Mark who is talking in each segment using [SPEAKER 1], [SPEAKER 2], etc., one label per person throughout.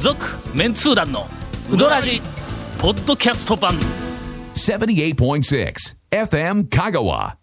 [SPEAKER 1] 続メンツー団のウドラジポッドキャスト版
[SPEAKER 2] 78.6 FM Kagawa.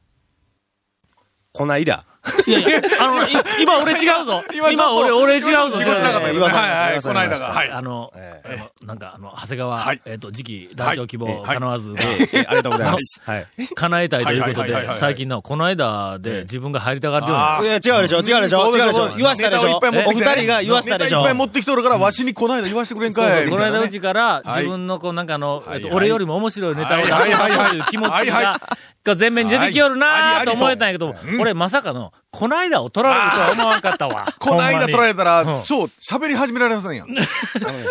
[SPEAKER 3] こないだ。
[SPEAKER 1] いやいやあのい今俺違う ぞ今
[SPEAKER 4] ちょっと
[SPEAKER 1] 俺俺違うぞ
[SPEAKER 4] 今ちょっとなかった
[SPEAKER 3] えー
[SPEAKER 4] けど
[SPEAKER 3] 噂
[SPEAKER 4] はいはい、
[SPEAKER 3] 噂
[SPEAKER 4] この間が。はい。
[SPEAKER 1] あの、あのなんかあの長谷川、
[SPEAKER 4] はい
[SPEAKER 1] えっ、と次期団長希望叶わずが、
[SPEAKER 3] えありがとうございます。はい。
[SPEAKER 1] 叶えたいということ
[SPEAKER 4] はいはいはいはい
[SPEAKER 1] で
[SPEAKER 4] はい
[SPEAKER 1] 最近のこの間で自分が入りたがるよう
[SPEAKER 4] あ
[SPEAKER 1] な
[SPEAKER 3] や、違うでしょ、違うでしょ、違うでしょ。言わしたでしょ。お
[SPEAKER 4] ネタをいっぱい持って
[SPEAKER 3] 二
[SPEAKER 4] きてね
[SPEAKER 3] 人が言わしたでしょ。
[SPEAKER 4] ネタいっぱい持ってきとるから、わしにこの間言わしてくれんかい。
[SPEAKER 1] この間う
[SPEAKER 4] み
[SPEAKER 1] ちから
[SPEAKER 4] はい
[SPEAKER 1] 自分のこうなんかあの、
[SPEAKER 4] はい
[SPEAKER 1] えっ
[SPEAKER 4] は
[SPEAKER 1] と、
[SPEAKER 4] い
[SPEAKER 1] 俺よりも面白いネタを出
[SPEAKER 4] はいはいはい
[SPEAKER 1] そう
[SPEAKER 4] はい
[SPEAKER 1] という気持ち
[SPEAKER 4] はいはい
[SPEAKER 1] が、が前面に出てきよる
[SPEAKER 4] はい
[SPEAKER 1] な
[SPEAKER 4] あ
[SPEAKER 1] ぁ
[SPEAKER 4] り
[SPEAKER 1] と思えたんやけど、俺まさかの、この間を取られるとは思わんかったわ。
[SPEAKER 4] この間取られた
[SPEAKER 1] うん
[SPEAKER 4] ら、そう、喋り始められませんやん。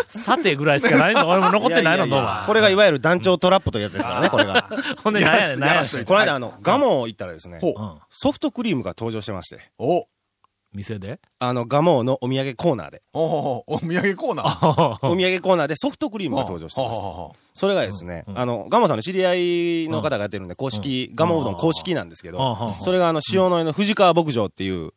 [SPEAKER 1] さてぐらいしかないの、俺も残ってないの、どう
[SPEAKER 3] いやいやいや
[SPEAKER 1] は。
[SPEAKER 3] これがいわゆる団長トラップというやつですからね、これが。
[SPEAKER 1] ほんで、なんやねん、なんやねん。
[SPEAKER 3] この間、あの、ガモン行ったらですね、
[SPEAKER 4] ほう
[SPEAKER 1] う。ん。
[SPEAKER 3] ソフトクリームが登場してまして、
[SPEAKER 4] お、
[SPEAKER 1] 店で
[SPEAKER 3] あの、ガモンのお土産コーナーで、
[SPEAKER 4] お、お土産コーナー。
[SPEAKER 3] お土産コーナーでソフトクリームが登場してました。それがですね、あの、ガモンさんの知り合いの方がやってるんで、公式、ガモンうどん公式なんですけ
[SPEAKER 1] うんうん
[SPEAKER 3] ど、それがあの、塩の江の藤川牧場っていう、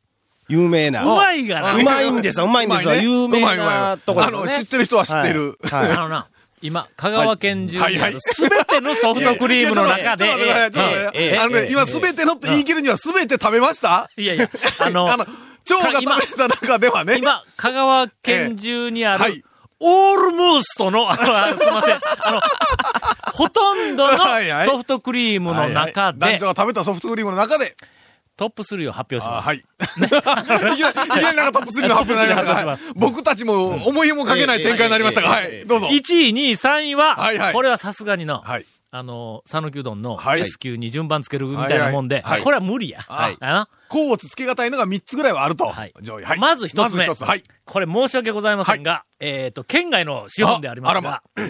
[SPEAKER 3] 有名な。
[SPEAKER 1] うまいがな。
[SPEAKER 3] うまいんですようまいんですよ有名なとこですよね
[SPEAKER 4] あの、知ってる人は知ってる。
[SPEAKER 3] はいはい
[SPEAKER 1] あのな、今、香川県中
[SPEAKER 4] はい
[SPEAKER 1] に
[SPEAKER 4] は
[SPEAKER 1] あ
[SPEAKER 4] い
[SPEAKER 1] るすべてのソフトクリームの中で、
[SPEAKER 4] いやいやちょっと待
[SPEAKER 1] ええ
[SPEAKER 4] ってちょっと待ってあのね、今すべてのって言い切るにはすべて食べました
[SPEAKER 1] いやいや、あの、
[SPEAKER 4] あの、蝶が食べた中ではね。
[SPEAKER 1] 今、香川県中にあ
[SPEAKER 4] は
[SPEAKER 1] る
[SPEAKER 4] い、
[SPEAKER 1] オールモーストの、あのあのすいません、あの、ほとんどの
[SPEAKER 4] はいはい
[SPEAKER 1] ソフトクリームの中
[SPEAKER 4] はいは
[SPEAKER 1] で
[SPEAKER 4] い団、長が食べたソフトクリームの中で。
[SPEAKER 1] トップ3を発表し
[SPEAKER 4] あ
[SPEAKER 1] ます。
[SPEAKER 4] はい。いきなり、いきなりなんかトップ3の発表になりまし
[SPEAKER 1] トップ3の発表
[SPEAKER 4] たがは
[SPEAKER 1] し
[SPEAKER 4] い、僕たちも思いもかけない展開になりましたが、はい、どうぞ。
[SPEAKER 1] 1位、2位、3位は、
[SPEAKER 4] はいはい
[SPEAKER 1] これはさすがにの、
[SPEAKER 4] はい。
[SPEAKER 1] あの、讃岐うどんの
[SPEAKER 4] はい
[SPEAKER 1] S 級に順番つけるみたいなもんで、
[SPEAKER 4] はいはいはい
[SPEAKER 1] これは無理や。
[SPEAKER 4] はい
[SPEAKER 1] あの
[SPEAKER 4] 甲をつけがたいのが3つぐらいはあると。
[SPEAKER 1] はい
[SPEAKER 4] 上位。はい。
[SPEAKER 1] まず一つ目
[SPEAKER 4] まず一つ。はい。
[SPEAKER 1] これ申し訳ございませんが、えっ、と、県外の資本でありますが、
[SPEAKER 4] ああ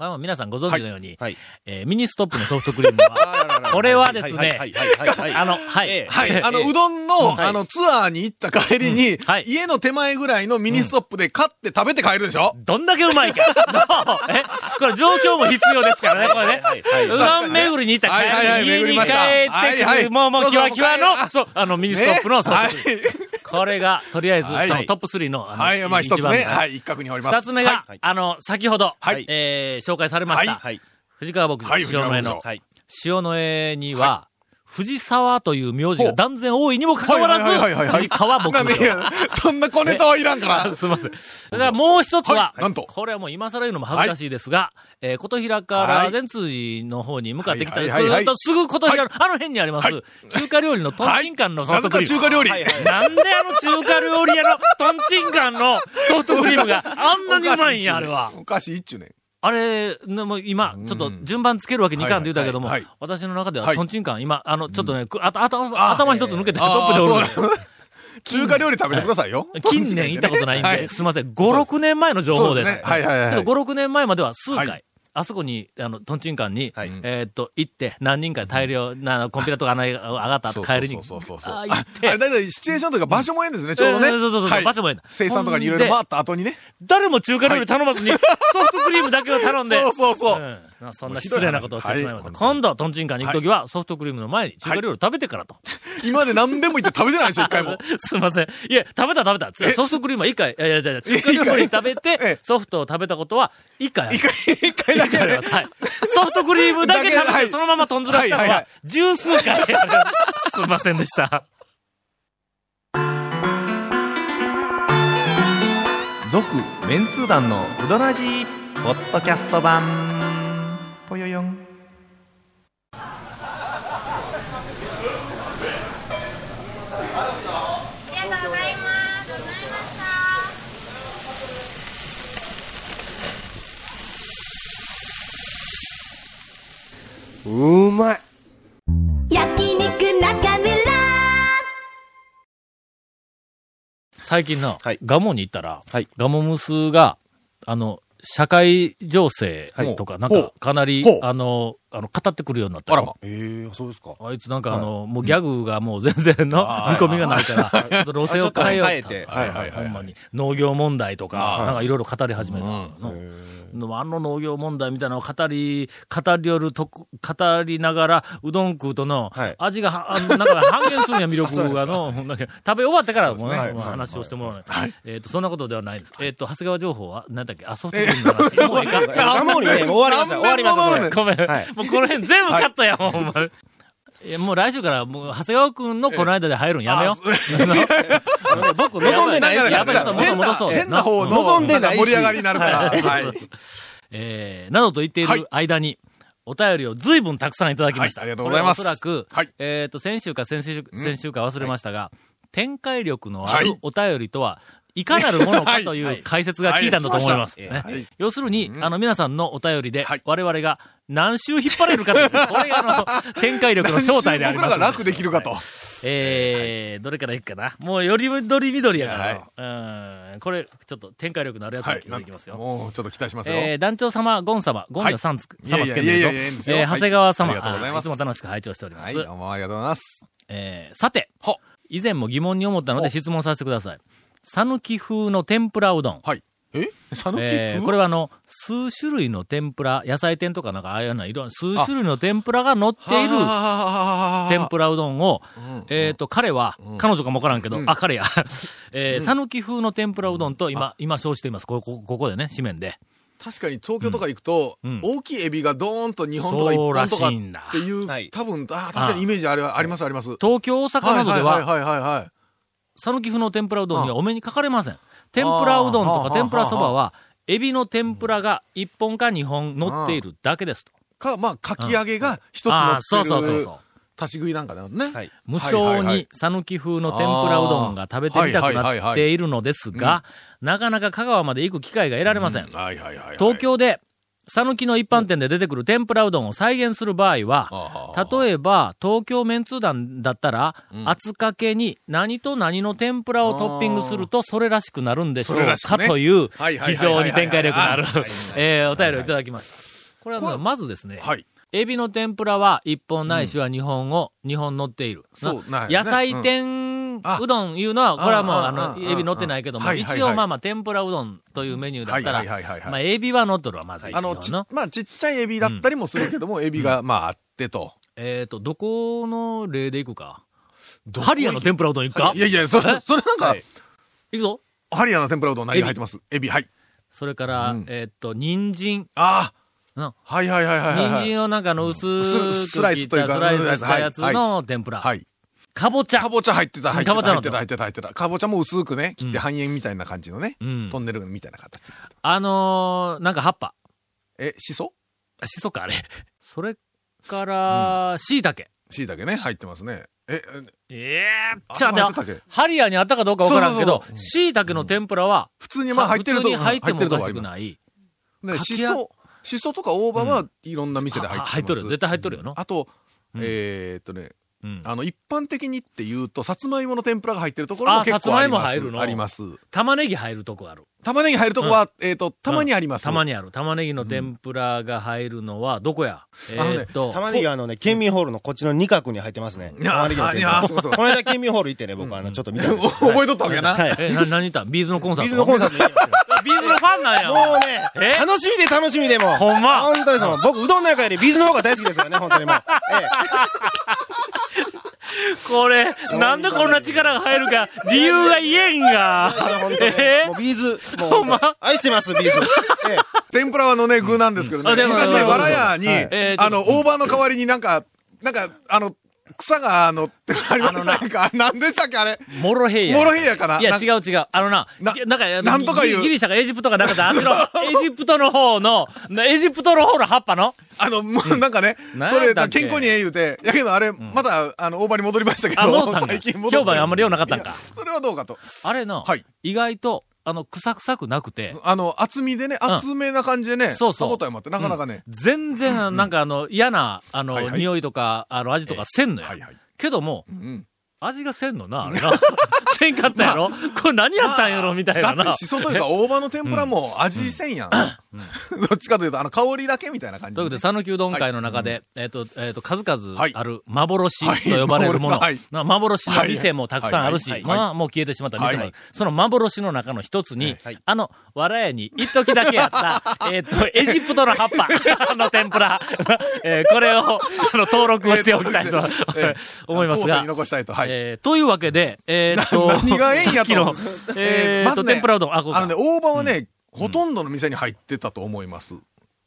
[SPEAKER 1] あの皆さんご存知のように、
[SPEAKER 3] はい。
[SPEAKER 1] えーミニストップのソフトクリームは、 これはですね
[SPEAKER 3] はいはいはいはいはい
[SPEAKER 1] あの、はい、
[SPEAKER 3] ええ
[SPEAKER 4] はい。あの、うどん
[SPEAKER 3] う
[SPEAKER 4] の、
[SPEAKER 3] ん
[SPEAKER 4] あの、ツアーに行った帰りに、
[SPEAKER 1] うんはい
[SPEAKER 4] 家の手前ぐらいのミニストップで買って食べて帰るでしょ、
[SPEAKER 1] どんだけうまいか。 もうえこれ状況も必要ですからね、これね
[SPEAKER 3] はいはい。
[SPEAKER 1] うどん巡りに行った
[SPEAKER 4] はいはいは
[SPEAKER 1] 帰
[SPEAKER 4] い
[SPEAKER 1] り、家
[SPEAKER 4] 巡
[SPEAKER 1] に帰
[SPEAKER 4] り
[SPEAKER 1] っ
[SPEAKER 4] ま
[SPEAKER 1] て
[SPEAKER 4] したはい
[SPEAKER 1] く
[SPEAKER 4] は
[SPEAKER 1] る、
[SPEAKER 4] い
[SPEAKER 1] もうもう
[SPEAKER 4] そう
[SPEAKER 1] キ
[SPEAKER 4] そう
[SPEAKER 1] ワキワ
[SPEAKER 4] もう帰
[SPEAKER 1] の、
[SPEAKER 4] る
[SPEAKER 1] そう、あの、ミニストップのソフトクリーム
[SPEAKER 4] ね
[SPEAKER 1] これが、とりあえず、そ
[SPEAKER 4] はい
[SPEAKER 1] のトップ3の、
[SPEAKER 4] は
[SPEAKER 1] あ
[SPEAKER 4] い。
[SPEAKER 1] の、
[SPEAKER 4] はい。まあ一つ
[SPEAKER 1] 番
[SPEAKER 4] 目。
[SPEAKER 1] 目
[SPEAKER 4] はい。一角におります。
[SPEAKER 1] 二つ目が
[SPEAKER 3] はい、
[SPEAKER 1] あの、先ほど
[SPEAKER 4] はい、
[SPEAKER 1] えー紹介されまし
[SPEAKER 4] はい
[SPEAKER 1] た、
[SPEAKER 3] はい。。
[SPEAKER 1] 藤川牧場
[SPEAKER 4] はい
[SPEAKER 1] 塩の江の
[SPEAKER 4] 藤川牧場はい
[SPEAKER 1] 塩の江には、藤沢という名字が断然多いにもかかわら
[SPEAKER 4] はいはいはいはい
[SPEAKER 1] ず、
[SPEAKER 4] はい
[SPEAKER 1] 藤川牧
[SPEAKER 4] なんでい
[SPEAKER 1] 場。
[SPEAKER 4] やそんな小ネタはいらんから。
[SPEAKER 1] すみません。それからもう一つは、
[SPEAKER 4] はいなんと
[SPEAKER 1] これはもう今更言うのも恥ずかしいですが、えー琴平から善通寺の方に向かってきた、
[SPEAKER 4] は
[SPEAKER 1] ず
[SPEAKER 4] いはいはいは
[SPEAKER 1] ーっ
[SPEAKER 4] い
[SPEAKER 1] とすぐ琴平の、あの辺にあります、
[SPEAKER 4] はい
[SPEAKER 1] 中華料理のトンチンカンのソ
[SPEAKER 4] な
[SPEAKER 1] フ
[SPEAKER 4] ぜ
[SPEAKER 1] トク
[SPEAKER 4] か
[SPEAKER 1] リーム。
[SPEAKER 4] 中華料理。
[SPEAKER 1] なんであの中華料理屋のトンチンカンのソフトクリームがあんなにうまいんや、あれは。
[SPEAKER 4] おかしいっちゅうねん。
[SPEAKER 1] あれ、でも今、ちょっと順番つけるわけにいかんって言うたけども
[SPEAKER 4] はいはいはい、
[SPEAKER 1] 私の中では
[SPEAKER 4] はい
[SPEAKER 1] トンチンカン、今、あの、ちょっとね、くあとあと頭一つ抜け てトップでおるの
[SPEAKER 4] あ
[SPEAKER 1] よ
[SPEAKER 4] ーそうなの 中華料理食べてくださいよ。
[SPEAKER 1] 近年行ったことないんで、
[SPEAKER 4] はい
[SPEAKER 1] すみません、5、6年前の情報です。
[SPEAKER 4] そうですねはいはいはい
[SPEAKER 1] けど5、6年前までは数回、
[SPEAKER 4] はい
[SPEAKER 1] あそこに、あの、トンチンカンに、
[SPEAKER 3] はい
[SPEAKER 1] えーっと、行って、何人か大量な、コンピューターとか穴が上がった後、帰りに、
[SPEAKER 4] そうそうそうそう
[SPEAKER 1] あ
[SPEAKER 4] あ
[SPEAKER 1] ー
[SPEAKER 4] あ
[SPEAKER 1] 行って
[SPEAKER 4] れだいたいシチュエーションとか場所もええんですね、ちょうどね。
[SPEAKER 1] えーそうそうそう
[SPEAKER 4] はい
[SPEAKER 1] 場所もええんだ
[SPEAKER 4] 生産とかにいろいろ回った後にね。
[SPEAKER 1] 誰も中華料理頼まずに、 ソフトクリームだけを頼んで、
[SPEAKER 4] そうそうそうん
[SPEAKER 1] まあそんな失礼なことをしてしまいました。
[SPEAKER 4] はい
[SPEAKER 1] 今度、トンチンカンに行くときは、ソフトクリームの前に中華料理を食べてからと。
[SPEAKER 4] 今まで何遍も行って食べてないでしょ、一回も。
[SPEAKER 1] すいません。いや、食べた食べた。ソフトクリームは一回、いやいやいや、中華料理食べ
[SPEAKER 4] え
[SPEAKER 1] て
[SPEAKER 4] え、
[SPEAKER 1] ソフトを食べたことは一回ある
[SPEAKER 4] 一回、一回だけ、ね。
[SPEAKER 1] はい。ソフトクリームだけ
[SPEAKER 4] だけ
[SPEAKER 1] 食べ
[SPEAKER 4] は
[SPEAKER 1] て、
[SPEAKER 4] い
[SPEAKER 1] そのまま豚汁した
[SPEAKER 4] は
[SPEAKER 1] の
[SPEAKER 4] いはいは、
[SPEAKER 1] はい十数回。 すいませんでした。
[SPEAKER 5] 続メンツー団のウドラジーポッドキャスト版ぽよよん
[SPEAKER 6] ありがとうございます。ございました。
[SPEAKER 3] うまい。
[SPEAKER 7] 焼肉中村
[SPEAKER 1] 最近の
[SPEAKER 3] はい、
[SPEAKER 1] ガモに行ったら
[SPEAKER 3] はい、
[SPEAKER 1] ガモムスが、あの、社会情勢とか、なん
[SPEAKER 4] ほ
[SPEAKER 1] か
[SPEAKER 4] う、
[SPEAKER 1] かなり
[SPEAKER 4] ほう、
[SPEAKER 1] あの、あの、語ってくるようになった
[SPEAKER 4] あ
[SPEAKER 1] よ
[SPEAKER 4] らま。
[SPEAKER 3] ええ、そうですか。
[SPEAKER 1] あいつなんかあの、もうギャグがもう全然の見込みがないから、ちょっと路線を変えよう
[SPEAKER 3] あちょっと変えてはいはい
[SPEAKER 1] ほんまに。農業問題とか、なんかいろいろ語り始めたの。でもあの農業問題みたいなのを語り、語りよるとこ、語りながら、うどん食うとの、
[SPEAKER 3] はい
[SPEAKER 1] 味がは、あの、なんか半減するんや、魅 力がの、ほんだけ食べ終わってからもうね、
[SPEAKER 3] はい
[SPEAKER 1] もう
[SPEAKER 3] はい
[SPEAKER 1] 話をしてもらわない。えっと、そんなことではないです。えっと、長谷川情報は、なんだっけ、あ、ソフトクリーム の話。もういいか
[SPEAKER 3] ガモーリね、もう終わりました。終わりました。これ
[SPEAKER 1] ごめん。
[SPEAKER 3] はい
[SPEAKER 1] もうこの辺全部カットや、もう、ほんま。いやもう来週から、もう、長谷川くんのこの間で入るんやめよう。
[SPEAKER 3] 僕、望んでないです
[SPEAKER 1] や
[SPEAKER 3] よ
[SPEAKER 1] ばいやばい元
[SPEAKER 4] 変な
[SPEAKER 1] 戻そう
[SPEAKER 4] 変な方
[SPEAKER 1] うん
[SPEAKER 4] 望んで
[SPEAKER 3] う
[SPEAKER 4] なん盛り上がりにな るから。はい。
[SPEAKER 1] えーなどと言ってい
[SPEAKER 4] はい
[SPEAKER 1] る間に、お便りを随分たくさんいただきました。
[SPEAKER 4] はいありがとうございます
[SPEAKER 1] これはおそらく、
[SPEAKER 4] はい
[SPEAKER 1] えっ、と、先週か先々週先週か忘れましたが、展開力のあ
[SPEAKER 4] は
[SPEAKER 1] る
[SPEAKER 4] い
[SPEAKER 1] お便りとは、いかなるものかという解説が聞いたんだと思います。ね要するに、あの、皆さんのお便りで
[SPEAKER 4] はい、
[SPEAKER 1] 我々が何周引っ張れるかという、これがあの、展開力の正体であります。
[SPEAKER 4] 僕らが楽できるかと。
[SPEAKER 1] えーどれからいくかな。もうよりどりみどりやから、うん。これ、ちょっと展開力のあるやつを
[SPEAKER 4] はい
[SPEAKER 1] 聞いていきますよ。
[SPEAKER 4] もうちょっと期待しますよ。
[SPEAKER 1] えー団長様、ゴン様、ゴンじゃさんつく、
[SPEAKER 4] は
[SPEAKER 1] 様
[SPEAKER 4] い
[SPEAKER 1] つけん
[SPEAKER 4] いやいや
[SPEAKER 1] で
[SPEAKER 4] いやいやいいんです
[SPEAKER 1] すよ。
[SPEAKER 4] よ
[SPEAKER 1] えー長谷川様、
[SPEAKER 4] はいありがとうございます
[SPEAKER 1] つも楽しく拝聴しておりま
[SPEAKER 4] はい、
[SPEAKER 1] す。
[SPEAKER 4] どうもありがとうございます。
[SPEAKER 1] えーさて
[SPEAKER 4] は、
[SPEAKER 1] 以前も疑問に思ったので質問させてください。さぬき風の天ぷらうどん。
[SPEAKER 4] はい。えさぬき
[SPEAKER 1] えーこれはあの、数種類の天ぷら、野菜店とかなんかああいうような色々、数種類の天ぷらが乗っている天
[SPEAKER 4] 天
[SPEAKER 1] ぷらうどんを、えっ、と、彼は、彼女かもわからんけど、あ、彼や。 えー、さぬき風の天ぷらうどんと今、今、称しています。ここ、ここでね、紙面で。
[SPEAKER 4] 確かに東京とか行くと、
[SPEAKER 1] うんうん
[SPEAKER 4] 大きいエビがドーンと日本とか一
[SPEAKER 1] そうら
[SPEAKER 4] 本と
[SPEAKER 1] し
[SPEAKER 4] か
[SPEAKER 1] いんだ
[SPEAKER 4] っていう、
[SPEAKER 3] はい
[SPEAKER 4] 多分、あー確かにイメージあれはありますあります。
[SPEAKER 1] 東京、大阪などでは、
[SPEAKER 4] はいはいはいはいはい。
[SPEAKER 1] 讃岐風の天ぷらうどんにはお目にかかれません。天ぷらうどんとか
[SPEAKER 4] あー
[SPEAKER 1] 天ぷらそばは、エビの天ぷらが1本か2本乗っているだけですと。
[SPEAKER 4] か、まあ、かき揚げが一つ
[SPEAKER 1] ああー、
[SPEAKER 4] 乗
[SPEAKER 1] そ
[SPEAKER 4] っ
[SPEAKER 1] う
[SPEAKER 4] て
[SPEAKER 1] そうそう
[SPEAKER 4] る
[SPEAKER 1] そう。
[SPEAKER 4] 立ち食いなんかだよね。
[SPEAKER 3] はい
[SPEAKER 1] 無性
[SPEAKER 4] はいはいは
[SPEAKER 1] に
[SPEAKER 4] い
[SPEAKER 1] 讃岐風の天ぷらうどんが食べてみたくなっているのですが、なかなか香川まで行く機会が得られません。
[SPEAKER 4] はいはいはいはい。
[SPEAKER 1] 東京で、讃岐の一般店で出てくる天ぷらうどんを再現する場合は
[SPEAKER 4] あ、
[SPEAKER 1] 例えば、東京メンツ団だったら、厚かけに何と何の天ぷらをトッピングすると、それらしくなるんでしょ
[SPEAKER 4] それ
[SPEAKER 1] う
[SPEAKER 4] らし
[SPEAKER 1] か
[SPEAKER 4] くね
[SPEAKER 1] という、
[SPEAKER 4] はいはいはいはいはい
[SPEAKER 1] 非常に展開力のある
[SPEAKER 4] はいはいはい、
[SPEAKER 1] えーお便りをいただきました。これはね、まずですね、
[SPEAKER 4] はい。
[SPEAKER 1] エビの天ぷらは1本ないしは2本を、2本乗っている。
[SPEAKER 4] そう
[SPEAKER 1] な
[SPEAKER 4] ないよね
[SPEAKER 1] 野菜天う
[SPEAKER 4] あ
[SPEAKER 1] どんいうのは、これはもう、
[SPEAKER 4] あ
[SPEAKER 1] あの
[SPEAKER 4] あ、あ
[SPEAKER 1] エビ乗ってないけども、
[SPEAKER 4] はいはいはい
[SPEAKER 1] 一応まあまあ、天ぷらうどんというメニューだったら
[SPEAKER 4] はいはいはいは、い
[SPEAKER 1] まあ、エビは乗っとるわ、まず一
[SPEAKER 4] あの、
[SPEAKER 1] 応
[SPEAKER 4] ち
[SPEAKER 1] の。
[SPEAKER 4] まあ、ちっちゃいエビだったりもするけども、エビが、まあ、あってと。
[SPEAKER 1] えっと、どこの例でいくか。
[SPEAKER 4] どこ
[SPEAKER 1] ハリアの天ぷらうどんいくか
[SPEAKER 4] いやいや、 それ、それなんか、
[SPEAKER 1] いくぞ。
[SPEAKER 4] ハリアの天ぷらうどん何が入ってますエビ、はい。
[SPEAKER 1] それから
[SPEAKER 4] うん、
[SPEAKER 1] えっと、人参。
[SPEAKER 4] あ
[SPEAKER 1] うん
[SPEAKER 4] あ。はいはいはいはいはい
[SPEAKER 1] 人
[SPEAKER 4] はい。
[SPEAKER 1] 参をなんかあの薄く
[SPEAKER 4] 薄
[SPEAKER 1] 切ったス
[SPEAKER 4] ス
[SPEAKER 1] ラ
[SPEAKER 4] ラ
[SPEAKER 1] イ
[SPEAKER 4] イ
[SPEAKER 1] スとい
[SPEAKER 4] スというう
[SPEAKER 1] か
[SPEAKER 4] か
[SPEAKER 1] したやつ
[SPEAKER 4] はい
[SPEAKER 1] の天ぷら。
[SPEAKER 4] はい。
[SPEAKER 1] かぼちゃ
[SPEAKER 4] か。ぼちゃ入ってた、入って
[SPEAKER 1] かぼ
[SPEAKER 4] た、
[SPEAKER 1] ちゃ
[SPEAKER 4] 入
[SPEAKER 1] の
[SPEAKER 4] ってた、入ってた、入ってた。かぼちゃも薄くね、切って半円みたいな感じのね、
[SPEAKER 1] うん
[SPEAKER 4] トンネルみたいな形。
[SPEAKER 1] あのー、なんか葉っぱ。
[SPEAKER 4] え、しそ
[SPEAKER 1] あしそか、あれ。それから、しいたけ。
[SPEAKER 4] しいたけね、入ってますね。え、え
[SPEAKER 1] ええ
[SPEAKER 4] あ
[SPEAKER 1] じゃあ、
[SPEAKER 4] そ
[SPEAKER 1] で
[SPEAKER 4] う入ってたっけ
[SPEAKER 1] ハリアにあったかどうかわからんけ
[SPEAKER 4] そう
[SPEAKER 1] ど
[SPEAKER 4] そうそうう、ん
[SPEAKER 1] しいたけの天ぷらは、
[SPEAKER 4] 普通にまあ入ってる
[SPEAKER 1] 普
[SPEAKER 4] と
[SPEAKER 1] 通に入ってもおかしく
[SPEAKER 4] い。
[SPEAKER 1] ない。
[SPEAKER 4] ね
[SPEAKER 1] かき
[SPEAKER 4] し
[SPEAKER 1] 揚げ
[SPEAKER 4] そ、しそとか大葉はいろんな店で入って
[SPEAKER 1] あ
[SPEAKER 4] ます
[SPEAKER 1] 入っとるよ絶対入っとるよな
[SPEAKER 4] あと、
[SPEAKER 1] うん
[SPEAKER 4] えーっとね、
[SPEAKER 1] うん
[SPEAKER 4] あの、一般的にって言うと、さつまいもの天ぷらが入ってるところも
[SPEAKER 1] あ
[SPEAKER 4] 結構あります。
[SPEAKER 1] さつまいも入るの
[SPEAKER 4] あります。
[SPEAKER 1] 玉ねぎ入るとこある。
[SPEAKER 4] 玉ねぎ入るとこは、えーっと、たまにあります。
[SPEAKER 1] たまにある。玉ねぎの天ぷらが入るのは、どこやえ
[SPEAKER 4] のね
[SPEAKER 1] ーっと、
[SPEAKER 3] 玉ねぎはあのね、県民ホールのこっちの2角に入ってますね。
[SPEAKER 4] いや
[SPEAKER 3] 玉ねぎの天ぷら
[SPEAKER 4] いやそうそう
[SPEAKER 3] この間県民ホール行ってね、僕あの、ちょっと見たんですよ。
[SPEAKER 4] 覚えとったわけやな。
[SPEAKER 3] はい。
[SPEAKER 1] え、な、何言ったんビーズのコンサート
[SPEAKER 3] 水のコンサートに行きました
[SPEAKER 1] ビーズのファンなんや。
[SPEAKER 3] もう
[SPEAKER 1] え
[SPEAKER 3] ね、楽しみで楽しみでもう。
[SPEAKER 1] ほんま
[SPEAKER 3] 本当にその、僕、うどんの中よりビーズの方が大好きですからね、本当にもう。え
[SPEAKER 1] これ、なんでこんな力が入るか、理由が言えんが。
[SPEAKER 3] え。
[SPEAKER 1] え
[SPEAKER 3] もうビーズ、もう
[SPEAKER 1] ほんま
[SPEAKER 3] 本当に愛してます、ビーズ。ええ。
[SPEAKER 4] 天ぷらはのね、具なんですけど
[SPEAKER 1] あで
[SPEAKER 4] ね。
[SPEAKER 1] も
[SPEAKER 4] 昔
[SPEAKER 1] そう
[SPEAKER 4] ね、
[SPEAKER 1] そう
[SPEAKER 4] わらやに
[SPEAKER 3] はい
[SPEAKER 1] え、ー
[SPEAKER 4] あの、大葉の代わりになんか、なんか、あの、草が、あの、ありましたなんか、なんでしたっけあれ。
[SPEAKER 1] モロヘイヤ。
[SPEAKER 4] モロヘイヤかない
[SPEAKER 1] や、
[SPEAKER 4] な
[SPEAKER 1] 違う違う。あのな、
[SPEAKER 4] な
[SPEAKER 1] なんか、
[SPEAKER 4] なんとかい
[SPEAKER 1] ギ
[SPEAKER 4] う
[SPEAKER 1] リギリシャかエジプトかなんかだ、あっちの、 エジプトの方の、なエジプトの方の葉っぱの
[SPEAKER 4] あの、もうなんかね、
[SPEAKER 1] なん
[SPEAKER 4] それ、
[SPEAKER 1] だっけ
[SPEAKER 4] 健康にええ言うて、やけどあれ、また、あの、大葉に戻りましたけ
[SPEAKER 1] あ戻っ
[SPEAKER 4] ど
[SPEAKER 1] たん、か
[SPEAKER 4] 最近戻って
[SPEAKER 1] 評判あんまり良うなかったんか
[SPEAKER 4] いやそれはどうかと。
[SPEAKER 1] あれの、
[SPEAKER 4] はい
[SPEAKER 1] 意外と、あの、臭くさくなくて、
[SPEAKER 4] あの、厚みでね、
[SPEAKER 1] ん
[SPEAKER 4] 厚めな感じでね、
[SPEAKER 1] そうそう
[SPEAKER 4] 歯応えもあって、なかなかね、
[SPEAKER 1] 全然、なんかあの、嫌な、あの、
[SPEAKER 4] はいはい
[SPEAKER 1] 匂いとか、あの、味とかせんのや。
[SPEAKER 4] はいはい
[SPEAKER 1] けども、
[SPEAKER 4] ん
[SPEAKER 1] 味がせんのな、あれな。 せんかったやろ、これ何やったんやろみたいな
[SPEAKER 4] だっ
[SPEAKER 1] な
[SPEAKER 4] て、。しそというか、大葉の天ぷらも味せんやん。どっちかというと、あの、香りだけみたいな感じ
[SPEAKER 1] とい
[SPEAKER 4] で
[SPEAKER 1] う
[SPEAKER 4] ね、
[SPEAKER 1] ことで、讃岐うどん会の中で、えっと、えっと、数々
[SPEAKER 4] はい
[SPEAKER 1] ある幻と呼ばれるもの
[SPEAKER 4] はい、
[SPEAKER 1] まあ幻の店もたくさんあるし
[SPEAKER 4] はいは、いはい
[SPEAKER 1] まあ、もう消えてしまった店もあ
[SPEAKER 4] は
[SPEAKER 1] る
[SPEAKER 4] い。
[SPEAKER 1] その幻の中の一つに
[SPEAKER 3] はい、
[SPEAKER 1] あの、わらやに一時だけやった、えっと、エジプトの葉っ ぱの天ぷら、えーこれを、あの、登録をしておきたいと思います
[SPEAKER 4] 後世
[SPEAKER 1] が
[SPEAKER 4] に。残したいと。はい。
[SPEAKER 1] えーというわけで、えーっと、
[SPEAKER 4] 何がええん
[SPEAKER 1] さ
[SPEAKER 4] や
[SPEAKER 1] っき
[SPEAKER 4] と
[SPEAKER 1] の
[SPEAKER 4] 思うんです。、
[SPEAKER 1] えーっと、天ぷらうどん、あ、こう
[SPEAKER 4] あ
[SPEAKER 1] か
[SPEAKER 4] のね、。大葉はね、ほとんどの店に入ってたと思います。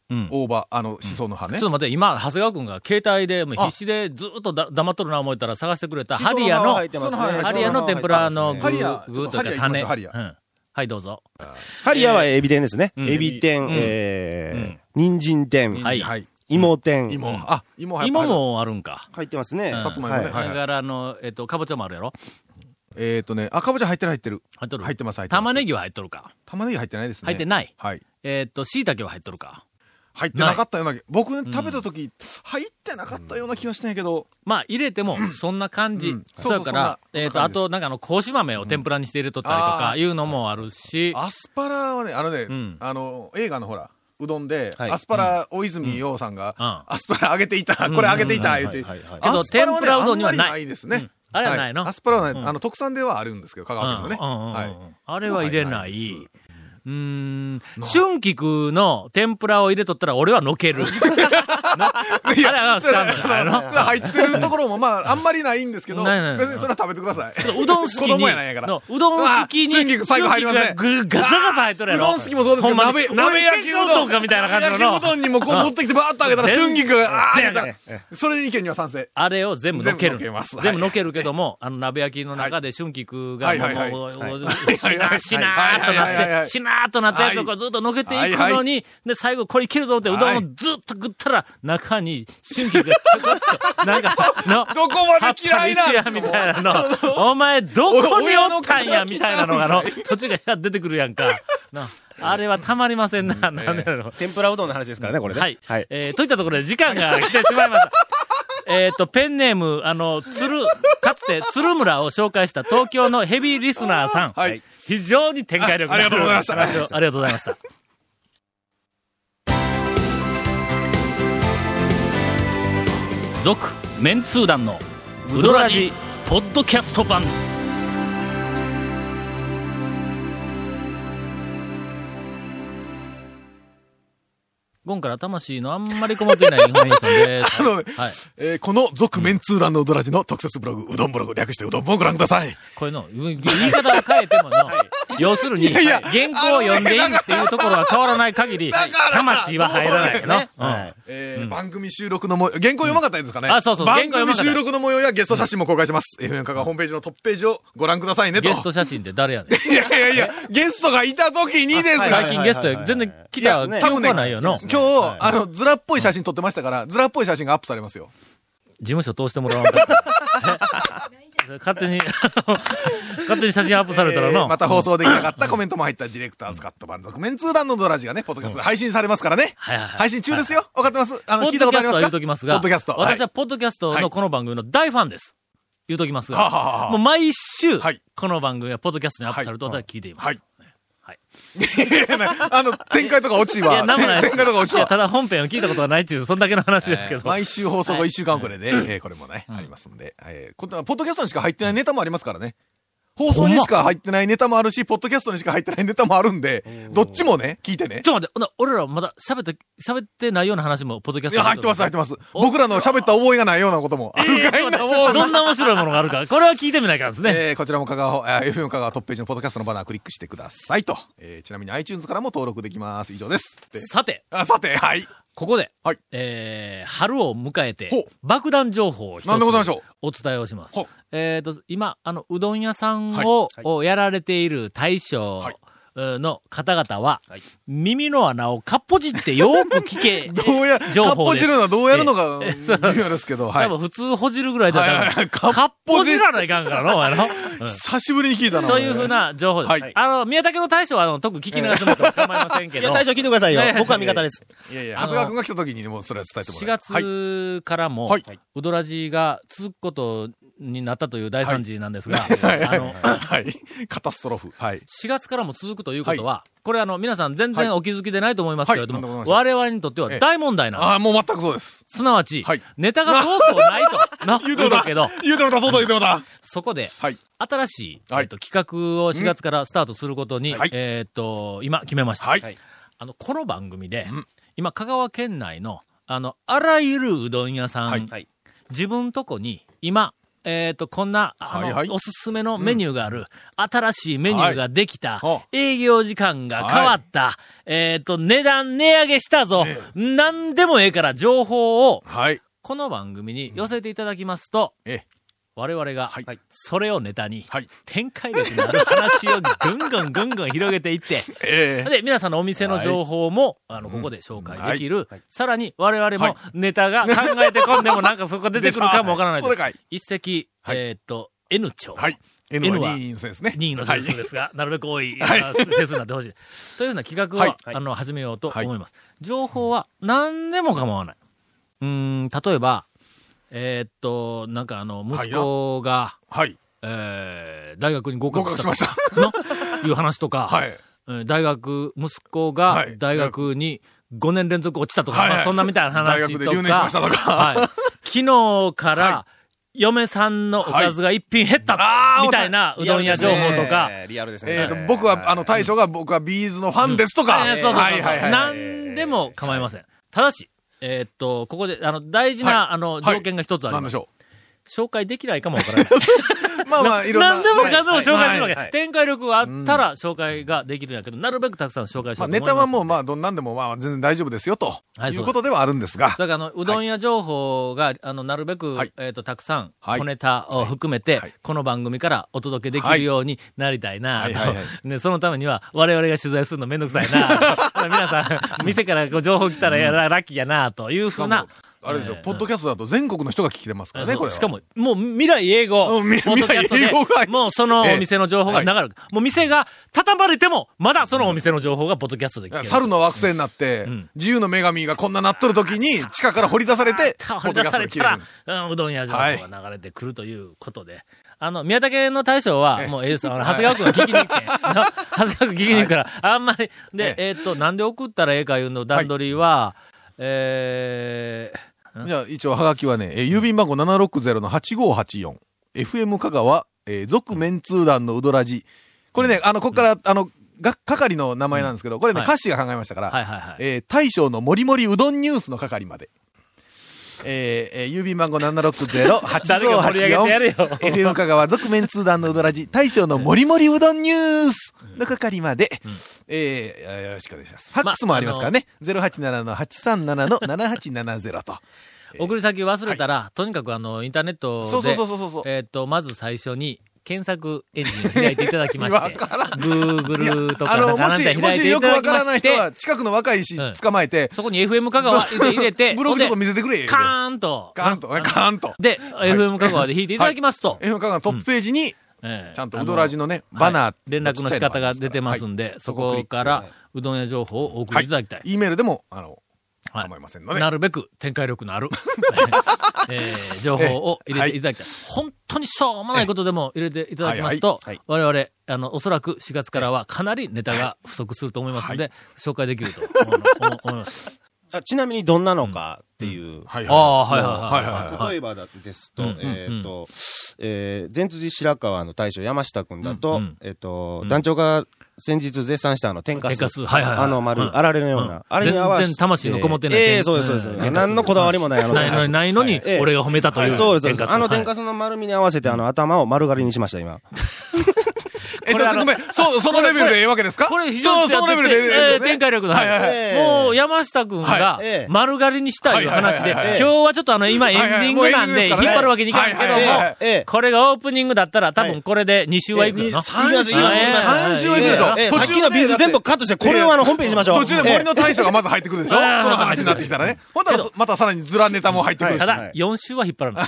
[SPEAKER 1] うん
[SPEAKER 4] 大葉、あの、しその葉ね。
[SPEAKER 1] ちょっと待って、今、長谷川君が携帯でもう必死でずっとだ黙っとるな思ったら探してくれたハリアの、
[SPEAKER 3] シソ葉は入ってますね
[SPEAKER 1] ハリアの天ぷらの具、
[SPEAKER 4] ハリア
[SPEAKER 1] 具と
[SPEAKER 4] ちょ
[SPEAKER 1] い
[SPEAKER 4] っ
[SPEAKER 1] うか
[SPEAKER 4] とハリ
[SPEAKER 1] 種。
[SPEAKER 4] ア行きましょうハリア
[SPEAKER 1] うんはい、どうぞ。
[SPEAKER 3] ハリアはエビ天ですね。
[SPEAKER 1] うん
[SPEAKER 3] エビ天、
[SPEAKER 1] ん
[SPEAKER 3] えー、人参天、
[SPEAKER 1] はい
[SPEAKER 4] はい。
[SPEAKER 3] 芋天。
[SPEAKER 4] 芋。あ、芋入って
[SPEAKER 1] 芋。もあるんか。
[SPEAKER 3] 入ってますね。
[SPEAKER 1] うん
[SPEAKER 4] さつまいもね。
[SPEAKER 3] はい
[SPEAKER 1] だ
[SPEAKER 4] はいはい
[SPEAKER 1] から、あの、えっと、かぼちゃもあるやろ
[SPEAKER 4] えっとね、赤ぼちゃ入ってる入ってる。
[SPEAKER 1] 入っとる
[SPEAKER 4] 入ってます入ってます
[SPEAKER 1] 玉ねぎは入っとるか。
[SPEAKER 4] 玉ねぎ入ってないですね。
[SPEAKER 1] 入ってない
[SPEAKER 4] はい。
[SPEAKER 1] えっと、椎茸は入っとるか。
[SPEAKER 4] 入ってなかったような、僕食べた時、入ってなかったような気がしたんやけど、
[SPEAKER 1] まあ、入れても、そんな感じ。
[SPEAKER 4] うん
[SPEAKER 1] そうや
[SPEAKER 4] そう
[SPEAKER 1] か
[SPEAKER 4] そうそんな
[SPEAKER 1] ら、えっと、
[SPEAKER 4] そんな
[SPEAKER 1] あ
[SPEAKER 4] 感じです
[SPEAKER 1] と、なんかあの、格子豆を天ぷらにして入れとったりとか、
[SPEAKER 4] う
[SPEAKER 1] いうのもあるし、
[SPEAKER 4] アスパラはね、あのね、
[SPEAKER 1] うん
[SPEAKER 4] あの、映画のほら、うどんで、
[SPEAKER 3] はい
[SPEAKER 4] アスパラ、大泉洋さんが、
[SPEAKER 1] う
[SPEAKER 4] アスパラ揚げていた、これ揚げていた、言うて。
[SPEAKER 3] はいはいはい
[SPEAKER 1] けど
[SPEAKER 4] アスパラ
[SPEAKER 1] 天ぷらうどんには
[SPEAKER 4] あん
[SPEAKER 1] な
[SPEAKER 4] ま
[SPEAKER 1] い
[SPEAKER 4] りないです
[SPEAKER 1] うん
[SPEAKER 4] ね。
[SPEAKER 1] あれはないの
[SPEAKER 4] アスパラはね、あの、特産ではあるんですけど、香川県のね。
[SPEAKER 1] うんうんうんうん
[SPEAKER 4] はい。
[SPEAKER 1] あれは入れな
[SPEAKER 4] はい
[SPEAKER 1] い
[SPEAKER 4] です。
[SPEAKER 1] うーん。春菊の天ぷらを入れとったら俺はのける。なあれ はスタンドじゃないの
[SPEAKER 4] 入ってるところも、まあ、あんまりないんですけど、
[SPEAKER 1] ないないない
[SPEAKER 4] 別にそれは食べてください。
[SPEAKER 1] うどん好き
[SPEAKER 4] 子
[SPEAKER 1] に、
[SPEAKER 4] 供やないやから。
[SPEAKER 1] のうどん好きに、
[SPEAKER 4] うわ春菊最後入ります
[SPEAKER 1] 春
[SPEAKER 4] ね
[SPEAKER 1] 菊がぐガサガサ入っとるや
[SPEAKER 4] う
[SPEAKER 1] ろ。
[SPEAKER 4] どん好きもそうですけど、
[SPEAKER 1] ほんまに
[SPEAKER 4] 鍋、鍋焼きうど
[SPEAKER 1] 俺
[SPEAKER 4] ん。
[SPEAKER 1] かみたいな感じの
[SPEAKER 4] 鍋焼きうどんにもこう持ってきてバーッとあげたら、
[SPEAKER 1] 全
[SPEAKER 4] 春菊が、あー
[SPEAKER 3] 全
[SPEAKER 4] みたい
[SPEAKER 3] え
[SPEAKER 4] な。それに意見には 賛成。
[SPEAKER 1] あれを全部のける。
[SPEAKER 4] 全部のけますはい
[SPEAKER 1] 全部のけるけども、あの、鍋焼きの中で春菊が
[SPEAKER 4] はい
[SPEAKER 1] も
[SPEAKER 4] は
[SPEAKER 1] う、
[SPEAKER 4] いはい
[SPEAKER 1] もうもう
[SPEAKER 4] い
[SPEAKER 1] しな、しなーっと
[SPEAKER 4] はいはいはい
[SPEAKER 1] な
[SPEAKER 4] は
[SPEAKER 1] って、
[SPEAKER 4] い
[SPEAKER 1] しなーっとなったやつをこ
[SPEAKER 4] は
[SPEAKER 1] う
[SPEAKER 4] い
[SPEAKER 1] ずっとのけていくのに、で、最後これいけるぞってうどんをずっと食ったら、中に春菊がちょっと、 なんかさ、の、
[SPEAKER 4] どこまで嫌い
[SPEAKER 1] 葉っぱ
[SPEAKER 4] な
[SPEAKER 1] に嫌いみたいなの、お前どこにおったんや
[SPEAKER 4] お
[SPEAKER 1] みたいなのがの
[SPEAKER 4] 親の、
[SPEAKER 1] 途中から出てくるやんか。なあれはたまりませんな、なんだろう。
[SPEAKER 3] 天ぷらうどんの話ですからね、これね。
[SPEAKER 1] はい。
[SPEAKER 3] はい。
[SPEAKER 1] えーといったところで時間が来てしまいました。えっと、ペンネーム、あの、鶴、かつて鶴村を紹介した東京のヘビーリスナーさん。
[SPEAKER 4] はい。
[SPEAKER 1] 非常に展開力の
[SPEAKER 4] あありがとうございました
[SPEAKER 1] 話をありがとうございました。続、メンツー団の、ウドラジ、ポッドキャスト版。ゴンから魂のあんまりこもっていない日本人さんです。
[SPEAKER 4] あの、
[SPEAKER 1] はい。
[SPEAKER 4] えーこの、続面通談のうどらじの特設ブログ、うどんブログ、略してうどんもご覧ください。
[SPEAKER 1] これの、言い方を変えてもの、要するに、
[SPEAKER 4] いやい
[SPEAKER 1] は
[SPEAKER 4] や
[SPEAKER 1] い原稿を読んでいいっていうところは変わらない限り、
[SPEAKER 4] だからさ
[SPEAKER 1] 魂は入らないけど。
[SPEAKER 4] もうね
[SPEAKER 1] うん
[SPEAKER 3] はい。
[SPEAKER 4] えー番組収録の模様、原稿読まなかったですかね、
[SPEAKER 1] うんあそうそう原
[SPEAKER 4] 番
[SPEAKER 1] 稿読まな
[SPEAKER 4] 組
[SPEAKER 1] かった
[SPEAKER 4] 収録の模様やゲスト写真も公開します。FM カがホームページのトップページをご覧くださいねと。
[SPEAKER 1] ゲスト写真で誰やねん。
[SPEAKER 4] いやいやいや、ゲストがいた時にです
[SPEAKER 3] はい
[SPEAKER 4] が
[SPEAKER 1] 最近ゲスト
[SPEAKER 3] は
[SPEAKER 1] や、
[SPEAKER 3] い
[SPEAKER 1] 全然来た記憶はないよの。
[SPEAKER 4] 今日、あの、ズラっぽい写真撮ってましたから、ズラっぽい写真がアップされますよ。
[SPEAKER 1] 事務所通してもらわんか った。え勝手に、勝手に写真アップされたら
[SPEAKER 4] えーま
[SPEAKER 1] の。
[SPEAKER 4] た放送できなかったコメントも入ったディレクターズカット版続面通談のドラジがね、ポッドキャストで配信されますからね。
[SPEAKER 1] はいはいはい
[SPEAKER 4] 配信中ですよ。わかってますあ
[SPEAKER 1] ポ
[SPEAKER 4] の、聞
[SPEAKER 1] ッ
[SPEAKER 4] いた
[SPEAKER 1] ド
[SPEAKER 4] こ
[SPEAKER 1] キ
[SPEAKER 4] と
[SPEAKER 1] ャストは
[SPEAKER 4] あります
[SPEAKER 1] 言
[SPEAKER 4] か
[SPEAKER 1] うときます
[SPEAKER 4] ポ
[SPEAKER 1] が
[SPEAKER 4] ッドキャス、ト。
[SPEAKER 1] 私
[SPEAKER 4] は
[SPEAKER 1] はいポッドキャストのこの番組の大ファンです。言うときます
[SPEAKER 4] はあ
[SPEAKER 1] が、
[SPEAKER 4] はあはあ
[SPEAKER 1] もう毎週
[SPEAKER 4] はい、
[SPEAKER 1] この番組はポッドキャストにアップされると私は聞いています。
[SPEAKER 4] はい。
[SPEAKER 1] はい
[SPEAKER 4] あの、展開とか落ちは、
[SPEAKER 1] いや、なんもないで
[SPEAKER 4] 展
[SPEAKER 1] す。
[SPEAKER 4] 開とか落ち
[SPEAKER 1] いやた
[SPEAKER 4] は。
[SPEAKER 1] だ本編を聞いたことがないっていう、そんだけの話ですけど。
[SPEAKER 4] 毎週放送後1週間遅れで、えーこれもね、ありますんで。えーことはポッドキャストにしか入ってないネタもありますからね。放送にしか入ってないネタもあるし、ポッドキャストにしか入ってないネタもあるんで、どっちもね、聞いてね
[SPEAKER 1] ち。ょっと待って、ほな俺らまだ喋って、喋ってないような話も、ポッドキャス
[SPEAKER 4] い
[SPEAKER 1] ト
[SPEAKER 4] や、
[SPEAKER 1] に
[SPEAKER 4] 入ってます、入ってます。僕らの喋った覚えがないようなこともあ
[SPEAKER 1] え
[SPEAKER 4] る
[SPEAKER 1] ー
[SPEAKER 4] か
[SPEAKER 1] ちょ
[SPEAKER 4] い
[SPEAKER 1] っと
[SPEAKER 4] な、
[SPEAKER 1] 待って
[SPEAKER 4] も
[SPEAKER 1] ど
[SPEAKER 4] う。
[SPEAKER 1] んな面白いものがあるか。これは聞いてみないからですね。
[SPEAKER 4] えーこちらも香川、あー FM 香川トップページのポッドキャストのバナークリックしてくださいと。えーちなみに iTunes からも登録できます。以上です。で
[SPEAKER 1] さて、
[SPEAKER 4] あさて、はい。
[SPEAKER 1] ここで、
[SPEAKER 4] はい
[SPEAKER 1] えー、春を迎えて
[SPEAKER 4] ほう、
[SPEAKER 1] 爆弾情報を一つ
[SPEAKER 4] なんでございましょう
[SPEAKER 1] お伝えをします
[SPEAKER 4] ほう。
[SPEAKER 1] えっ、と、今、あの、うどん屋さんを、
[SPEAKER 4] はい
[SPEAKER 1] をやられている大将、
[SPEAKER 4] はい。
[SPEAKER 1] の方々は、耳の穴をかっぽじってよーく聞け
[SPEAKER 4] どうや、
[SPEAKER 1] 情
[SPEAKER 4] かっ
[SPEAKER 1] 報
[SPEAKER 4] ぽ
[SPEAKER 1] です
[SPEAKER 4] じるのはどうやるのか、
[SPEAKER 1] ええそう
[SPEAKER 4] 微妙ですけど、は
[SPEAKER 1] 多
[SPEAKER 4] い。
[SPEAKER 1] 分普通ほじるぐらいだった
[SPEAKER 4] はいはいは
[SPEAKER 1] ら、
[SPEAKER 4] いかっぽじ
[SPEAKER 1] かっぽじらないかんからの、お前の。うん
[SPEAKER 4] 久しぶりに聞いたな。
[SPEAKER 1] というふうな情報です。
[SPEAKER 4] はい
[SPEAKER 1] あの、宮武の大将は、あの、特に聞き流しても構いませんけ
[SPEAKER 3] い
[SPEAKER 1] ど
[SPEAKER 3] や、、大将聞いてくださいよ
[SPEAKER 1] ね。
[SPEAKER 3] 僕は味 方です。
[SPEAKER 4] いやいや、
[SPEAKER 1] あの
[SPEAKER 4] 長谷川くんが来た時にもうそれは伝えても
[SPEAKER 1] 4
[SPEAKER 4] らえるはい。
[SPEAKER 1] 月からも、
[SPEAKER 4] はい
[SPEAKER 1] ウドラジが続くことになったという大惨事なんですが、
[SPEAKER 4] はい
[SPEAKER 1] あの、
[SPEAKER 4] はい。カタストロフ。はい。
[SPEAKER 1] 4月からも続くということは、これあの、皆さん全然お気づきでないと思いますけれど
[SPEAKER 4] はいはい
[SPEAKER 1] も、
[SPEAKER 4] なんでもご
[SPEAKER 1] 我々にとっては大問題なんです。
[SPEAKER 4] ああ、もう全くそうです。
[SPEAKER 1] すなわち、
[SPEAKER 4] はい
[SPEAKER 1] ネタがそうそうないと、な、
[SPEAKER 4] 言
[SPEAKER 1] 言う
[SPEAKER 4] うても
[SPEAKER 1] と
[SPEAKER 4] だ
[SPEAKER 1] くけど、
[SPEAKER 4] 言うてもだ、そうだ言うてもだ。
[SPEAKER 1] そこで、
[SPEAKER 4] はい。
[SPEAKER 1] 新しい、
[SPEAKER 4] は
[SPEAKER 1] え
[SPEAKER 4] い
[SPEAKER 1] っと、企画を4月からスタートすることに、
[SPEAKER 4] はい
[SPEAKER 1] えっと、今決めました。
[SPEAKER 4] はい。
[SPEAKER 1] あの、この番組で、
[SPEAKER 4] ん
[SPEAKER 1] 今、香川県内の、あの、あらゆるうどん屋さん、
[SPEAKER 4] はい
[SPEAKER 3] はい
[SPEAKER 1] 自分とこに、今、えっ、と、こんな、あの、
[SPEAKER 4] はいはい
[SPEAKER 1] おすすめのメニューがある、新しいメニューができた、
[SPEAKER 4] は
[SPEAKER 1] 営業時間が変わった、えっ、と、値段値上げしたぞ、なんでもええから情報を、
[SPEAKER 4] はい。
[SPEAKER 1] この番組に寄せていただきますと、
[SPEAKER 4] ええ。
[SPEAKER 1] 我々が
[SPEAKER 4] はい、
[SPEAKER 1] それをネタに
[SPEAKER 4] はい、
[SPEAKER 1] 展開力のある話をぐんぐんぐんぐん広げてい って、
[SPEAKER 4] ええ。
[SPEAKER 1] で、皆さんのお店の情報も、あの、ここで紹介できる。さらに、我々も
[SPEAKER 4] は
[SPEAKER 1] ネタが考えてこんでもなんかそこ出てくる かもわからない
[SPEAKER 4] 出たそれかい。
[SPEAKER 1] 一石、
[SPEAKER 4] はい
[SPEAKER 1] えーっと、N 町。
[SPEAKER 4] はい。N は2位の選手ですね。
[SPEAKER 1] 任意の点数ですが、なるべく多い、
[SPEAKER 4] はい
[SPEAKER 1] あ点数になってほしい。というような企画を、
[SPEAKER 4] はい
[SPEAKER 1] あの、始めようと思います。情報は何でも構わない。うーん、例えば、えーっと、なんかあの、息子が、
[SPEAKER 4] はい。はい。
[SPEAKER 1] えー大学に合
[SPEAKER 4] 合
[SPEAKER 1] 格
[SPEAKER 4] 格
[SPEAKER 1] し
[SPEAKER 4] したました。
[SPEAKER 1] のいう話とか、
[SPEAKER 4] はい。
[SPEAKER 1] うん大学、息子
[SPEAKER 4] は
[SPEAKER 1] が
[SPEAKER 4] い
[SPEAKER 1] 大学に5年連続落ちたとか、
[SPEAKER 4] はいはい
[SPEAKER 1] まあそんなみたいな話とか。
[SPEAKER 4] 大学で留年しましたとか
[SPEAKER 1] はい 昨日から、嫁さんのおかずが一品減った、
[SPEAKER 4] はい
[SPEAKER 1] みたいなうどん屋情報とか、
[SPEAKER 3] えーリアルですね。
[SPEAKER 4] えっと、僕は、あの、大将が僕はビーズのファンですとか。
[SPEAKER 1] えーそうそうそうそう、
[SPEAKER 4] はいはいはい。
[SPEAKER 1] 何でも構いません。ただし、えーっと、ここで、あの、大事な、
[SPEAKER 4] はい
[SPEAKER 1] あの、
[SPEAKER 4] はい
[SPEAKER 1] 条件が一つあり
[SPEAKER 4] なん
[SPEAKER 1] ま。
[SPEAKER 4] ですしょ
[SPEAKER 1] 紹介できないかもわからない。
[SPEAKER 4] う。まあまあ、いろんな。
[SPEAKER 1] 何でもかんでも紹介するわ
[SPEAKER 4] はい
[SPEAKER 1] け。展開力があったら紹介ができるんやけど、なるべくたくさん紹介しようと
[SPEAKER 4] まあ、
[SPEAKER 1] 思い
[SPEAKER 4] ネ
[SPEAKER 1] ます。
[SPEAKER 4] タはもう、まあ、どんなんでも、まあ、全然大丈夫ですよ、と
[SPEAKER 1] はいそう
[SPEAKER 4] いう
[SPEAKER 1] です
[SPEAKER 4] ことではあるんですが。
[SPEAKER 1] だからあの、うどん屋情報が、あの、なるべく、
[SPEAKER 4] はい
[SPEAKER 1] えっ、と、たくさん、
[SPEAKER 4] はい
[SPEAKER 1] 小ネタを含めて、
[SPEAKER 4] はい
[SPEAKER 1] この番組からお届けでき
[SPEAKER 4] は
[SPEAKER 1] る
[SPEAKER 4] い
[SPEAKER 1] ようになりたいな
[SPEAKER 4] はい
[SPEAKER 1] と、
[SPEAKER 4] はいはい
[SPEAKER 1] ね、そのためには、我々が取材するのめんどくさいな と皆さん、店からこう情報来たらやら、ラッキーやなという
[SPEAKER 4] し
[SPEAKER 1] ふ
[SPEAKER 4] か
[SPEAKER 1] う
[SPEAKER 4] も
[SPEAKER 1] な、
[SPEAKER 4] あれですよ、ポッドキャストだと全国の人が聞けてますからね、こ
[SPEAKER 1] そ
[SPEAKER 4] れ
[SPEAKER 1] う
[SPEAKER 4] は。
[SPEAKER 1] しかも、もう未来英語、
[SPEAKER 4] うんみ
[SPEAKER 1] ポッドキャストで
[SPEAKER 4] 未来永劫が
[SPEAKER 1] もうそのお店の情報が流れる。もう店が畳まれても、まだそのお店の情報がポッドキャストで聞ける。
[SPEAKER 4] 猿の惑星になって、自由の女神がこんななっとる時に、地下から掘り出されて、
[SPEAKER 1] 掘り出され
[SPEAKER 4] ポッドキャスト
[SPEAKER 1] た
[SPEAKER 4] が切
[SPEAKER 1] ら
[SPEAKER 4] れる、
[SPEAKER 1] うんうどん屋情報が流れてくるということで。あの、宮武の大将は、もうええです。あの、長谷川君が聞きに行って。な長谷川君聞きに行くから、あんまり。で、えーっと、なんで送ったらええかいうの段取りは、え
[SPEAKER 4] じゃあ、一応、はがきはね、えー郵便番号760-8584、FM 香川、えー、続メンツー団のうどらじ。これね、あの、ここから、あの、が、係の名前なんですけど、これね、
[SPEAKER 1] はい
[SPEAKER 4] 歌詞が考えましたから、
[SPEAKER 1] はいはいはい
[SPEAKER 4] えー大将のもりもりうどんニュースの係まで。えーえー郵便番号
[SPEAKER 1] 誰が盛り上げてやれよ
[SPEAKER 4] 760-8584、FM 香川、続面通談のうどらじ、大将のもりもりうどんニュースの係まで、えーよろしくお願いします。ファックスもありますからね、087-837-7870と。
[SPEAKER 1] ー、送り先忘れたら、とにかくあの、インターネット
[SPEAKER 4] そうそう
[SPEAKER 1] で
[SPEAKER 4] そう、そうそう。
[SPEAKER 1] えーっと、まず最初に、検索エンジンを開いていただきまして、
[SPEAKER 4] わからん
[SPEAKER 1] Google とか
[SPEAKER 4] あ
[SPEAKER 1] なん
[SPEAKER 4] の、
[SPEAKER 1] か
[SPEAKER 4] も
[SPEAKER 1] なんか開いて
[SPEAKER 4] し、
[SPEAKER 1] い
[SPEAKER 4] もしよく
[SPEAKER 1] ただ
[SPEAKER 4] わ
[SPEAKER 1] きま
[SPEAKER 4] からない
[SPEAKER 1] し
[SPEAKER 4] 人
[SPEAKER 1] て、
[SPEAKER 4] は、近くの若いし
[SPEAKER 1] うん、
[SPEAKER 4] 捕まえて、
[SPEAKER 1] そこに FM 香川入れて、
[SPEAKER 4] ブログちょっと見せてくれ
[SPEAKER 1] ほ
[SPEAKER 4] よ
[SPEAKER 1] んでカーンと。
[SPEAKER 4] カーンとね、カーンと。
[SPEAKER 1] で、FM 香川で弾いていただきますと。
[SPEAKER 4] FM 香川のトップページに、
[SPEAKER 1] ええ
[SPEAKER 4] ちゃんとうどらじのね、
[SPEAKER 1] あの
[SPEAKER 4] バナー
[SPEAKER 1] はい、連絡の仕方が出てますんで、そこからうどん屋情報をお送
[SPEAKER 4] は
[SPEAKER 1] りいただきたい。
[SPEAKER 4] E メールでも、あの、
[SPEAKER 1] はい
[SPEAKER 4] 構いませんので。
[SPEAKER 1] なるべく展開力のある、えー情報を入れていただきたい。本当にしょうもないことでも入れていただきますと、
[SPEAKER 3] はい
[SPEAKER 1] 我々、あの、おそらく4月からはかなりネタが不足すると思いますので、紹介できると思い思い思います。
[SPEAKER 3] あちなみにどんなのかっていう。
[SPEAKER 4] はい
[SPEAKER 1] ああ、はいはいはい。
[SPEAKER 4] はい
[SPEAKER 3] 例えばだです
[SPEAKER 1] う
[SPEAKER 3] と
[SPEAKER 1] ん、
[SPEAKER 3] えっと、えー、前辻白川の大将山下君だ
[SPEAKER 1] う
[SPEAKER 3] と
[SPEAKER 1] んうん、
[SPEAKER 3] えっと、団長が先日絶賛したあの、天下
[SPEAKER 1] 天
[SPEAKER 3] 数
[SPEAKER 1] かすはいはいはい
[SPEAKER 3] あの丸
[SPEAKER 1] う、ん
[SPEAKER 3] あられのよう
[SPEAKER 1] うん
[SPEAKER 3] な、あれに合わせて。
[SPEAKER 1] 全然魂のこもってない
[SPEAKER 3] ええ、そうです、そうです
[SPEAKER 1] うん
[SPEAKER 3] そうです。何のこだわりもないあの
[SPEAKER 1] な
[SPEAKER 3] 天
[SPEAKER 1] い
[SPEAKER 3] 下
[SPEAKER 1] の
[SPEAKER 3] 数
[SPEAKER 1] に、ないのに
[SPEAKER 3] え、え
[SPEAKER 1] 俺が褒めたという。
[SPEAKER 3] そうです、そうです。あの天
[SPEAKER 1] 天か
[SPEAKER 3] かすの丸みに合わせて、あの、頭を丸刈りにしました、今。
[SPEAKER 4] え、ちょっとごめん、そう、そのレベルでええわけですか
[SPEAKER 1] これ非常に
[SPEAKER 4] そう、そのレベルでえ
[SPEAKER 1] え
[SPEAKER 4] え
[SPEAKER 1] ー展開力の
[SPEAKER 4] はいはい
[SPEAKER 3] は
[SPEAKER 1] あ
[SPEAKER 3] い
[SPEAKER 1] る。もう山下くんが
[SPEAKER 3] はいええ、
[SPEAKER 1] 丸刈りにしたいう話で、
[SPEAKER 4] はい
[SPEAKER 1] 今
[SPEAKER 4] はいはいはい
[SPEAKER 1] 日はちょっとあの今エンディングなんで
[SPEAKER 4] はい
[SPEAKER 1] 引っ
[SPEAKER 4] はいはい
[SPEAKER 1] 張るわけにいかないけども
[SPEAKER 4] はいはいはい
[SPEAKER 3] ええ
[SPEAKER 1] これがオープニングだったら多分これで2週はいくよな。
[SPEAKER 4] 三週三週はいくでしょ。
[SPEAKER 3] ええさっき
[SPEAKER 4] で
[SPEAKER 3] のビーズ全部カットして、これをあの、ホームページにしましょう。
[SPEAKER 4] 途中で森の大将がまず入ってくるでしょ
[SPEAKER 1] え
[SPEAKER 4] そ
[SPEAKER 1] え。
[SPEAKER 4] の話になってきたらね。ほんだら、またさらにズラネタも入ってくるした
[SPEAKER 3] は
[SPEAKER 1] だ
[SPEAKER 3] い、
[SPEAKER 1] 4週は引っ張らない。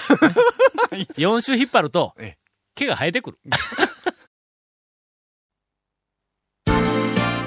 [SPEAKER 1] 4週引っ張ると
[SPEAKER 4] ええ、
[SPEAKER 1] 毛が生えてくる。